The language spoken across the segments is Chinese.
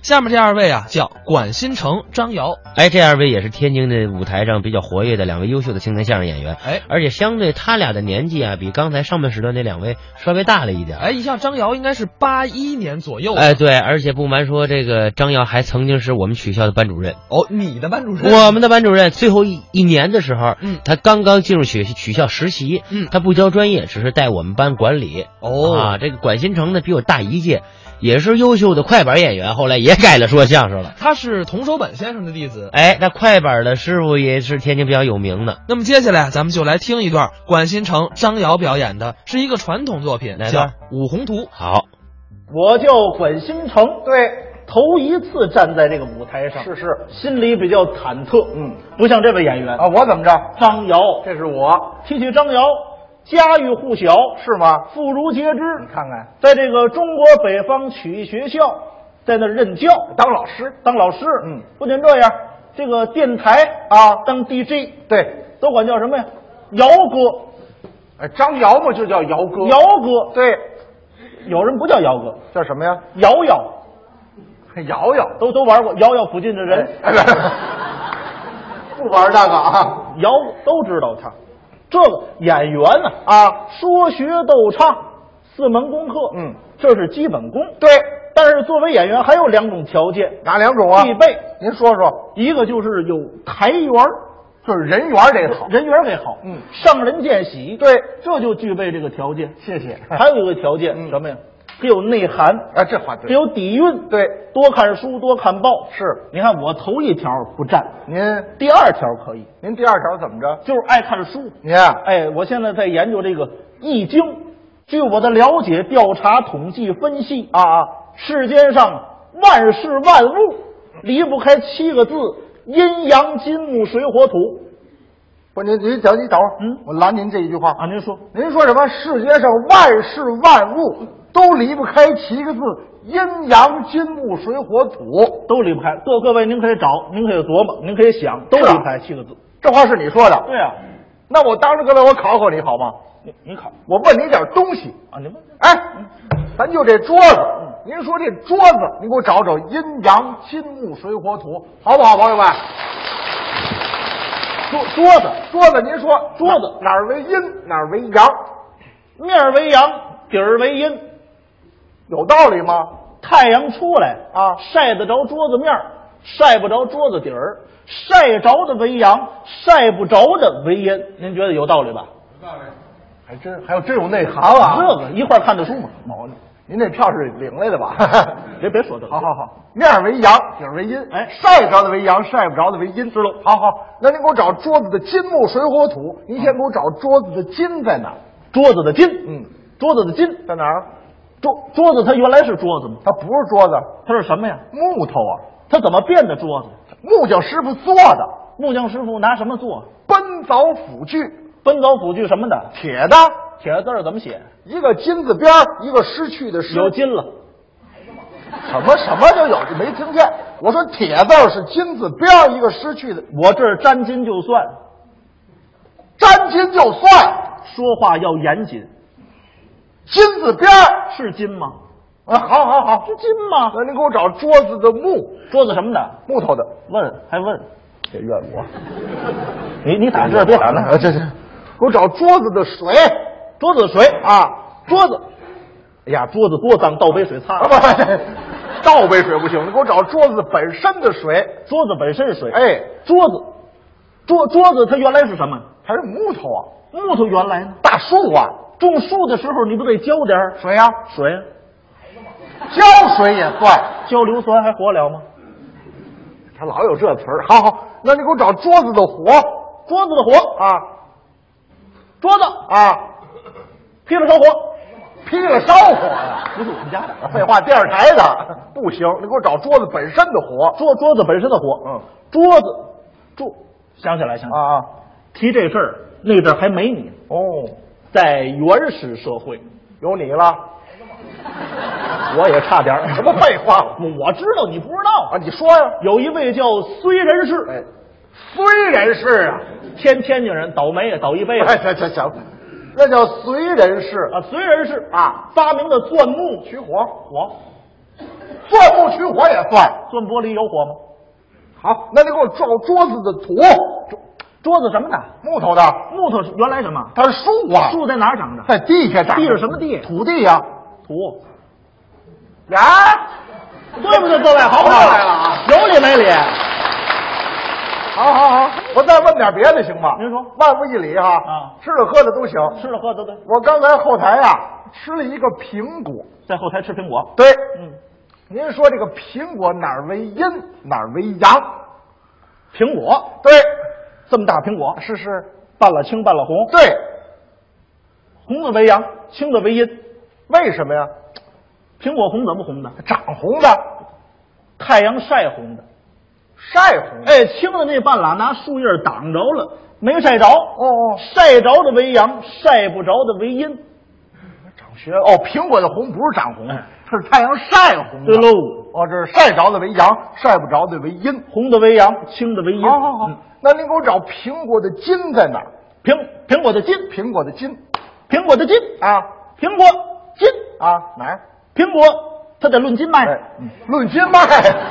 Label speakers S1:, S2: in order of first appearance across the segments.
S1: 下面这二位啊，叫管新城、张瑶。
S2: 哎，这二位也是天津的舞台上比较活跃的两位优秀的青年相声演员，
S1: 哎
S2: 而且相对他俩的年纪啊，比刚才上半时段那两位稍微大了一点。
S1: 哎，一像张瑶应该是八一年左右。啊
S2: 哎，，对，而且不瞒说，这个张瑶还曾经是我们学校的班 主任。
S1: 哦，你的班主任，
S2: 我们的班主任最后一一年的时候，
S1: 嗯
S2: 他刚刚进入学学校实习，
S1: 嗯
S2: 他不教专业，只是带我们班管理。
S1: 哦
S2: 啊，这个管新城呢比我大一届，也是优秀的快板演员，后来也改了说相声了。
S1: 他是童守本先生的弟子。
S2: 哎，那快板的师傅也是天津比较有名的，
S1: 那么接下来咱们就来听一段管新城、张瑶表演的，是一个传统作品，
S2: 哪
S1: 叫
S2: 段
S1: 《五红图》。
S2: 好，
S3: 我叫管新城，
S4: 对，
S3: 头一次站在这个舞台上，
S4: 是是
S3: 心里比较忐忑，
S4: 嗯，
S3: 不像这位演员
S4: 啊，我怎么着？
S3: 张瑶，
S4: 这是我，
S3: 提起张瑶，家喻户晓，
S4: 是吗？
S3: 妇孺皆知。
S4: 你看看，
S3: 在这个中国北方曲艺学校，在那儿任教，
S4: 当老师
S3: 当老师，
S4: 嗯，
S3: 不仅这样，这个电台
S4: 啊
S3: 当 DJ，
S4: 对，
S3: 都管叫什么呀？姚哥，
S4: 呃张瑶嘛就叫瑶哥，
S3: 姚哥，
S4: 对，
S3: 有人不叫姚哥，
S4: 叫什 么呀？
S3: 瑶瑶，
S4: 瑶瑶，
S3: 都都玩过瑶瑶附近的人，
S4: 哎哎 不玩那个啊
S3: 姚都知道他。这个演员呢、
S4: 啊，
S3: 说学逗唱四门功课，
S4: 嗯，
S3: 这是基本功。
S4: 对，
S3: 但是作为演员还有两种条件
S4: 哪两种啊？
S3: 必备，
S4: 您说说，
S3: 一个就是有台缘儿
S4: 就是人缘儿得好，
S3: 人缘儿得好，
S4: 嗯
S3: 上人见喜，
S4: 对，
S3: 这就具备这个条件。
S4: 谢谢
S3: 还有一个条件、
S4: 嗯
S3: 什么呀？得有内涵，
S4: 啊，这话
S3: 得
S4: 对，
S3: 有底蕴，
S4: 对，
S3: 多看书，多看报。
S4: 是
S3: 你看我头一条不占，
S4: 您
S3: 第二条可以，
S4: 您第二条怎么着？
S3: 就是爱看书，
S4: 您啊，
S3: 哎，我现在在研究这个《易经》，据我的了解、调查、统计、分析啊啊，世间上万事万物离不开七个字：阴阳金木水火土
S4: 不，您您等你等会儿，
S3: 嗯
S4: 我拦您这一句话
S3: 啊。您说
S4: 您说什么？世界上万事万物都离不开七个字：阴阳金木水火土。
S3: 都离不开，各各位您可以找，您可以琢磨，您可以想，都
S4: 是啊
S3: 离不开七个字。
S4: 这话是你说的？
S3: 对啊，
S4: 那我当着各位，我考考你好吗？
S3: 你你考
S4: 我问你点东西。
S3: 啊，您问
S4: 哎，咱就这桌子，您说这桌子，你给我找找阴阳金木水火土，好不好，朋友们？
S3: 桌桌子
S4: 桌子，您说
S3: 桌子
S4: 哪哪儿为阴，哪儿为阳，
S3: 面儿为阳，底儿为阴，
S4: 有道理吗？
S3: 太阳出来
S4: 啊
S3: 晒得着桌子面儿，晒不着桌子底儿，晒着的为阳，晒不着的为阴。您觉得有道理吧？
S4: 还真还有真有内涵啊！
S3: 这个一块儿看的书嘛。
S4: 毛呢？您这票是领来的吧？
S3: 别别说这个
S4: 好好好，面儿为阳，底儿为阴，
S3: 哎
S4: 晒着的为阳，晒不着的为阴，知道？好好，那您给我找桌子的金木水火土，您先给我找桌子的金在哪儿？
S3: 桌子的金，
S4: 嗯，
S3: 桌子的金，
S4: 在哪儿？
S3: 桌桌子它原来是桌子吗？
S4: 它不是桌子，
S3: 它是什么呀？
S4: 木头啊，
S3: 它怎么变的桌子？
S4: 木匠师傅做的，
S3: 木匠师傅拿什么做？
S4: 奔凿斧锯，
S3: 奔凿斧锯什么的？
S4: 铁的，
S3: 铁字儿怎么写？
S4: 一个金字边儿，一个失去的失，
S3: 有金了，
S4: 什么什么就有，没听见？我说铁字儿是金字边儿，一个失去的，
S3: 我这儿沾金就算，
S4: 沾金就算，
S3: 说话要严谨，
S4: 金字边儿。
S3: 是金吗？
S4: 啊，好好好，
S3: 是金吗？
S4: 那您给我找桌子的木，
S3: 桌子什么的？
S4: 木头的，
S3: 问还问，
S4: 别怨我。
S3: 你你打字别打
S4: 啊，
S3: 那，
S4: 这是，给我找桌子的水
S3: 桌子水啊，
S4: 啊
S3: 桌子，哎呀，桌子多脏，倒杯水擦
S4: 啊不，不 倒杯水不行，你给我找桌子本身的水，
S3: 桌子本身是水，，
S4: 哎，
S3: 桌子，桌桌子它原来是什么？
S4: 还是木头啊，
S3: 木头原来呢？
S4: 大树啊，
S3: 种树的时候你不得浇点儿
S4: 水啊，
S3: 水啊？
S4: 浇水也算，
S3: 浇硫酸还活了吗？
S4: 他老有这词儿。好好，那你给我找桌子的火
S3: 桌子的火，
S4: 啊
S3: 桌子
S4: 啊，
S3: 劈了烧火，
S4: 劈了烧火啊呀、
S3: 不是我们家的，
S4: 废话，电视台的不行，你给我找桌子本身的火
S3: 桌桌子本身的火，
S4: 嗯，
S3: 桌子桌，想起来想起来，
S4: 啊啊，
S3: 提这事儿那阵儿还没你呢。
S4: 哦。
S3: 在原始社会，
S4: 有你了，
S3: 我也差点
S4: 什么废话
S3: 我知道你不知道
S4: 啊！。你说呀、
S3: 有一位叫睢人氏，
S4: 哎，睢人氏啊，
S3: 天天津人，倒霉也倒一辈子
S4: 哎，这这行，那叫睢人氏
S3: 啊啊。睢人氏
S4: 啊，
S3: 发明的钻木
S4: 取火
S3: 火，
S4: 钻木取火也算。
S3: 钻玻璃有火吗？
S4: 好，那你给我照桌子的图，
S3: 桌子什么的？
S4: 木头的，
S3: 木头是原来什么？
S4: 它是树啊，
S3: 树在哪儿长着？
S4: 在地下长。
S3: 地是什么地
S4: 土地呀、
S3: 土，
S4: 啊，
S3: 对不对？各位，好不好？
S4: 好来了啊
S3: 有理没理？
S4: 好好好，我再问点别的行吗？
S3: 您说
S4: 万无一理哈、
S3: 啊
S4: 吃的喝的都行。
S3: 吃了喝的对，
S4: 我刚才后台啊吃了一个苹果，
S3: 在后台吃苹果。
S4: 对，
S3: 嗯，
S4: 您说这个苹果哪儿为阴，哪儿为阳？
S3: 苹果
S4: 对，
S3: 这么大苹果，
S4: 是是，
S3: 半了青半了红，
S4: 对，
S3: 红的为阳，青的为阴。
S4: 为什么呀？
S3: 苹果红怎么红的？
S4: 长红的，
S3: 太阳晒红的。
S4: 晒红的。
S3: 哎，青的那半拉拿树叶挡着了，没晒着。
S4: 哦哦，
S3: 晒着的为阳，晒不着的为阴。
S4: 长学哦，苹果的红不是长红
S3: 哎，
S4: 它是太阳晒红的。
S3: 对喽，
S4: 哦，这是晒着的为阳，晒不着的为阴。
S3: 红的为阳，青的为阴。
S4: 好好好
S3: 嗯，
S4: 那您给我找苹果的筋在哪儿？
S3: 苹苹果的筋，
S4: 苹果的筋
S3: 苹果的筋，
S4: 啊
S3: 苹果筋，
S4: 啊，哪儿？
S3: 苹果它得论斤卖。
S4: 哎，论斤卖，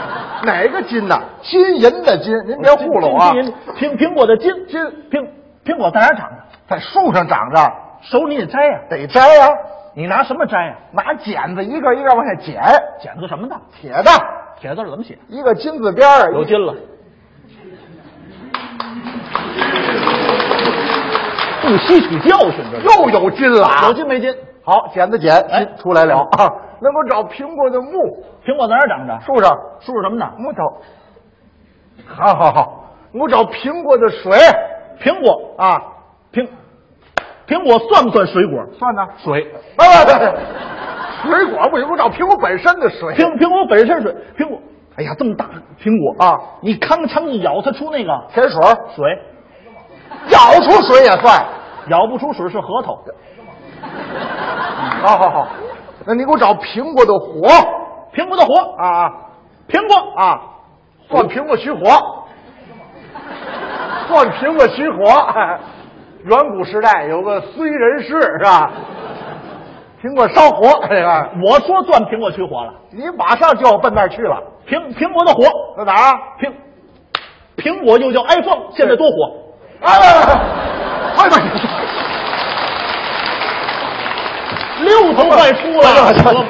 S4: 哪个斤呐？金银的金，您别糊弄啊
S3: 金！金苹苹果的筋，
S4: 金
S3: 苹苹果在哪儿长的？
S4: 在树上长着，
S3: 手里得摘呀、
S4: 得摘呀、
S3: 你拿什么摘呀、
S4: 拿剪子一个一个往下剪，
S3: 剪子什么的？
S4: 铁的，
S3: 铁字怎么写？
S4: 一个金字边儿，
S3: 有筋了。不吸取教训，这是
S4: 又有筋了啊！
S3: 有筋没筋？
S4: 好，剪子剪，
S3: 哎
S4: 筋出来了啊！能够找苹果的木，
S3: 苹果在哪儿长着？
S4: 树上
S3: 树是什么的？
S4: 木头。好好好，我找苹果的水
S3: 苹果
S4: 啊，
S3: 苹苹果算不算水果？
S4: 算呢。
S3: 水。
S4: 不不不，水果不行，我找苹果本身的水。
S3: 苹苹果本身是苹果，哎呀，这么大苹果
S4: 啊，
S3: 你吭吭一咬，它出那个
S4: 甜水儿，
S3: 水，
S4: 咬出水也算。
S3: 咬不出水是核桃。
S4: 好好好，那你给我找苹果的火
S3: 苹果的火，
S4: 啊
S3: 苹果啊，
S4: 啊，算苹果取火，算苹果取火。远古时代有个燧人氏是吧？苹果烧火，这个
S3: 我说钻苹果取火了，
S4: 你马上就要奔那儿去了，
S3: 苹苹果的火，
S4: 在哪儿啊？
S3: 苹苹果又叫 iPhone，现在多火。
S4: 哎哎哎哎！
S3: 六头快出
S4: 哎呀
S3: 了，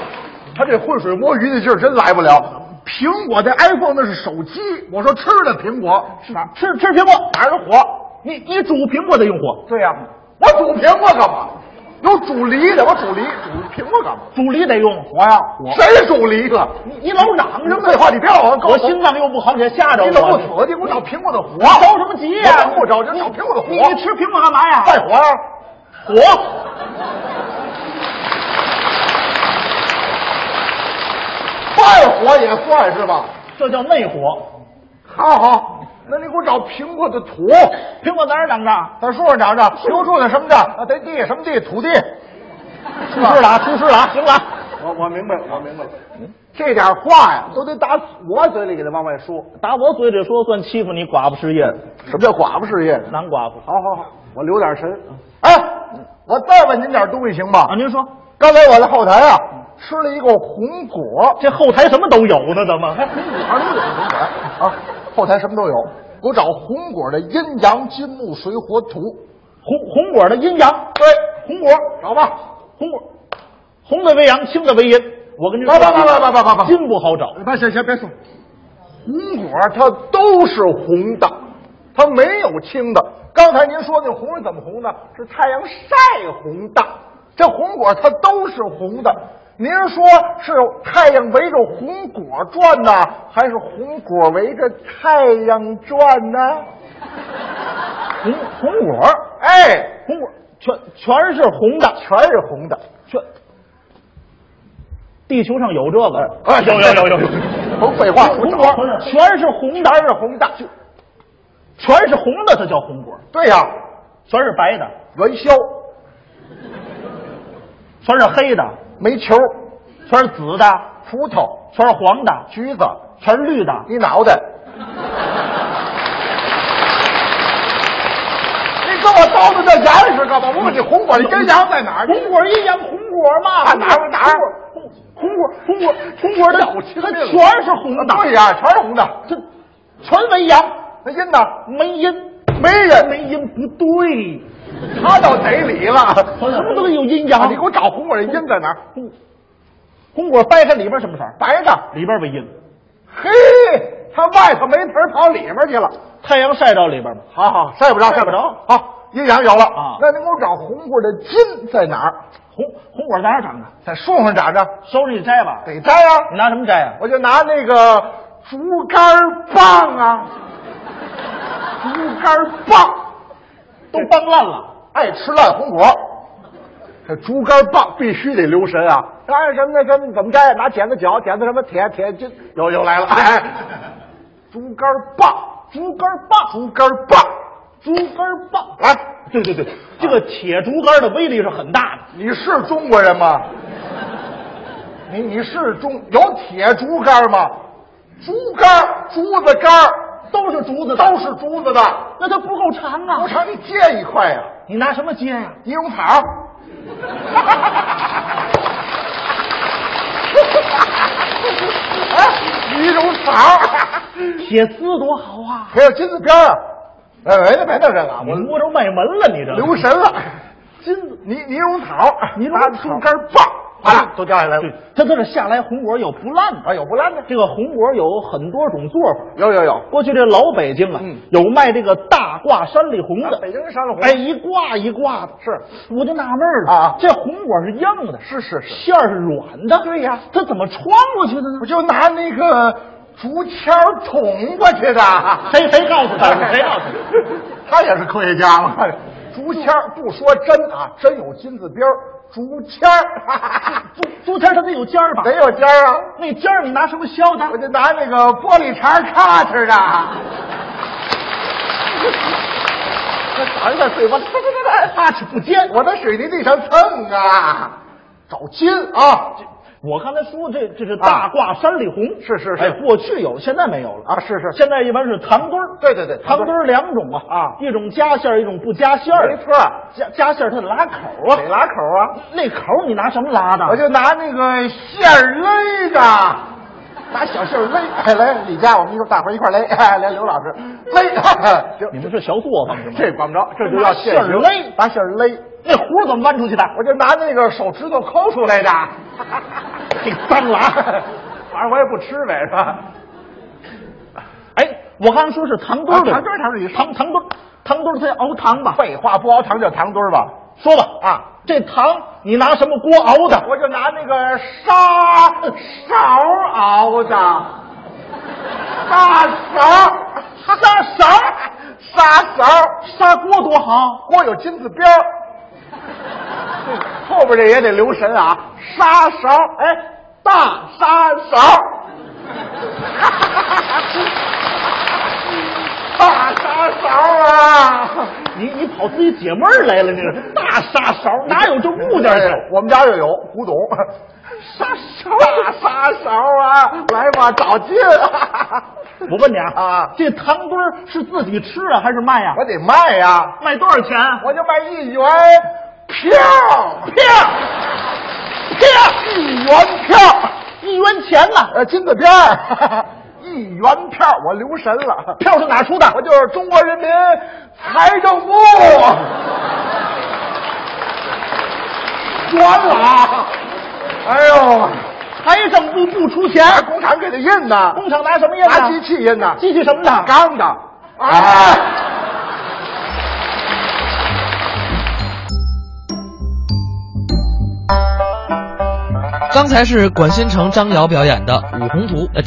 S4: 他这浑水摸鱼的劲儿真来不了。苹果这 iPhone 那是手机，我说吃的苹果是哪？
S3: 吃吃苹果，
S4: 哪儿有火？
S3: 你你煮苹果得用火，
S4: 对呀、我煮苹果干嘛？有煮梨的，我煮梨煮苹果干嘛？
S3: 煮梨得用火呀、火。
S4: 谁煮梨了？
S3: 你你老嚷
S4: 你
S3: 什
S4: 这
S3: 么
S4: 废话，你别老往
S3: 我心脏又不好，你还吓着我。
S4: 你怎么不死？你给我找苹果的火！
S3: 着什么急呀、
S4: 我着急，找苹果的
S3: 你
S4: 火
S3: 你！吃苹果干嘛呀？
S4: 快火哎呀！
S3: 火！
S4: 快火也算是吧。
S3: 这叫内火。
S4: 好好，那你给我找苹果的土。
S3: 苹果在哪儿长着？
S4: 在树上长着，苹果在什么的？啊，在地什么地？土地。
S3: 出事了啊，出事了啊，行了啊，
S4: 我我明白了，我明白了。嗯这点话呀，都得打我嘴里给他往外说。
S3: 打我嘴里说算欺负你寡妇失业，
S4: 什么叫寡妇事业？
S3: 男寡妇。
S4: 好好好，我留点神。哎，我再问您点东西行吗？
S3: 啊，您说
S4: 刚才我在后台啊吃了一个红果，
S3: 这后台什么都有呢？怎么？
S4: 哪都有红果啊？后台什么都有。给我找红果的阴阳金木水火土。
S3: 红红果的阴阳，
S4: 对，
S3: 红果，
S4: 找吧。
S3: 红果，红的为阳，青的为阴。我跟您说，
S4: 不不不不不不不不
S3: 金不好找。
S4: 别行行，别说，红果它都是红的，它没有青的。刚才您说那红是怎么红的？是太阳晒红的。这红果它都是红的。您说是太阳围着红果转呢，还是红果围着太阳转呢？
S3: 红红果，
S4: 哎，
S3: 红果全全是红的，
S4: 全是红的。
S3: 全。地球上有这个？
S4: 哎啊甭废话，
S3: 红果全是红的，全是红的，全是红的，它叫红果；
S4: 对呀、
S3: 全是白的，
S4: 元宵
S3: 全是黑的，
S4: 煤球、
S3: 全是紫的，
S4: 葡萄、
S3: 全是黄的，
S4: 橘子，
S3: 全是绿的。
S4: 你脑袋！你跟我叨叨这严实干嘛？我问你红果的阴阳在哪儿？
S3: 红果阴阳红果嘛，
S4: 啊哪儿哪儿
S3: 红果？
S4: 红果红果红果
S3: 它
S4: 早清
S3: 它
S4: 明
S3: 全是红的
S4: 啊对呀，全是红的。
S3: 这全为阳，
S4: 那阴呢？
S3: 没阴，
S4: 没人，
S3: 没阴不对，
S4: 他到贼里了。
S3: 什么东西有阴
S4: 啊
S3: 阳？
S4: 你给我找红果的阴在哪儿？
S3: 红红果掰开里边什么色儿？
S4: 白的。
S3: 里边为阴，
S4: 嘿，他外头没词儿跑里边去了。
S3: 太阳晒着里边吧。
S4: 好好，晒不着，晒不着。好，阴阳有了
S3: 啊
S4: 那您给我找红果的筋在哪儿？
S3: 红红果在哪儿长的？
S4: 在树上长着，
S3: 收拾你摘吧。
S4: 得摘啊。
S3: 你拿什么摘啊？
S4: 我就拿那个竹竿 棒啊，竹竿棒，
S3: 都崩烂了。
S4: 爱吃烂红果。这竹竿棒必须得留神啊！哎，什么呢？咱们怎么摘？拿剪子绞，剪子什么舔舔，这又又来了！哎，竹竿棒，竹竿棒，竹竿棒，
S3: 竹竿棒，
S4: 来，
S3: 对对对，这个铁竹竿的威力是很大的。
S4: 你是中国人吗？你你是中有铁竹竿吗？竹竿，竹子竿，
S3: 都是竹子的，
S4: 都是竹子的。
S3: 那它不够长
S4: 我
S3: 啊！
S4: 朝你借一块呀、
S3: 你拿什么接呀、
S4: 尼龙 草。哎，尼龙草，
S3: 铁丝多好啊！
S4: 还有金子边儿啊！嗯哎，没了没了，这个
S3: 你
S4: 我
S3: 摸着卖门了，你这
S4: 留神了。
S3: 金子
S4: 尼尼龙草，
S3: 尼龙
S4: 拿
S3: 草
S4: 树根儿棒，啊，都掉下来
S3: 对
S4: 了。，
S3: 它在这下来红果有不烂的，
S4: 啊，有不烂的，
S3: 这个红果有很多种做法。
S4: 有有有。
S3: 过去这老北京啊，
S4: 嗯啊
S3: 有卖这个大挂山里红的，
S4: 北京人山里红
S3: 哎，一挂一挂的。
S4: 是，
S3: 我就纳闷儿了
S4: 啊
S3: 这红果是硬的，
S4: 是是是
S3: 馅儿是软的。
S4: 对呀
S3: 它怎么穿过去的呢
S4: 我？就拿那个竹签儿捅过去的。
S3: 谁谁告 诉他的？谁
S4: 啊
S3: 告诉他的？
S4: 他也是科学家嘛。竹签儿不说真啊，真有金字边儿。竹签儿，
S3: 竹竹签儿它得有尖儿吧？
S4: 没有尖儿啊？
S3: 那尖儿你拿什么削
S4: 我
S3: 的？
S4: 就拿那个玻璃碴叉去的。那尝尝 嘴巴，
S3: 它是不尖。
S4: 我在水泥地上蹭啊，找金啊
S3: 我刚才说这这是大挂山里红，
S4: 是是是
S3: 哎，过去有，现在没有了。
S4: 啊！是是，
S3: 现在一般是糖墩儿，
S4: 对对对
S3: 糖墩儿两种啊，
S4: 啊
S3: 一种加馅儿，一种不加馅儿。
S4: 没错儿，
S3: 加加馅儿它得拉口啊，
S4: 得拉口啊。
S3: 那口儿你拿什么拉的？
S4: 我就拿那个线儿勒着，拿小线儿勒。哎，来，李佳，我们一块儿大伙儿一块儿勒。哎，来，刘老师勒。 行
S3: 你们是学作坊是吗？
S4: 这管不着，这就叫现
S3: 拿线儿勒
S4: 拿线儿勒。
S3: 那壶怎么弯出去的？
S4: 我就拿那个手指头抠出 来的，
S3: 这脏了啊！
S4: 反正我也不吃呗，是吧？
S3: 哎，我刚才说是糖墩儿的，
S4: 啊糖墩儿糖墩儿你说
S3: 糖糖墩儿，糖墩儿它要熬糖吧？
S4: 废话，不熬糖就糖墩儿吧。
S3: 说吧
S4: 啊，
S3: 这糖你拿什么锅熬的？
S4: 我就拿那个砂勺熬的，砂勺，砂勺，砂勺，
S3: 砂锅多好，
S4: 锅有金字边儿。 后边这也得留神啊，砂勺，哎，大砂勺， 大砂勺啊！
S3: 你你跑自己解闷儿来了，你 这大砂勺哪有这木点儿
S4: 我们家就有古董，
S3: 砂勺？
S4: 大砂勺啊！来吧，找劲！
S3: 我问你啊，
S4: 啊
S3: 这糖墩儿是自己吃啊还是卖呀、
S4: 我得卖呀、
S3: 卖多少钱？啊
S4: 我就卖一元票，
S3: 票
S4: 票，一元票，
S3: 一元钱呐、
S4: 呃，金子边儿，一元票，我留神了，
S3: 票是哪出的？
S4: 我就是中国人民财政部。关了啊！哎呦，
S3: 财政部不出钱，
S4: 还工厂给他印呢，
S3: 工厂拿什么印
S4: 拿机
S3: 呢？
S4: 器印呢，
S3: 机器什么的？
S4: 钢的。哎。
S1: 刚才是管新城、张瑶表演的《五红图》。呃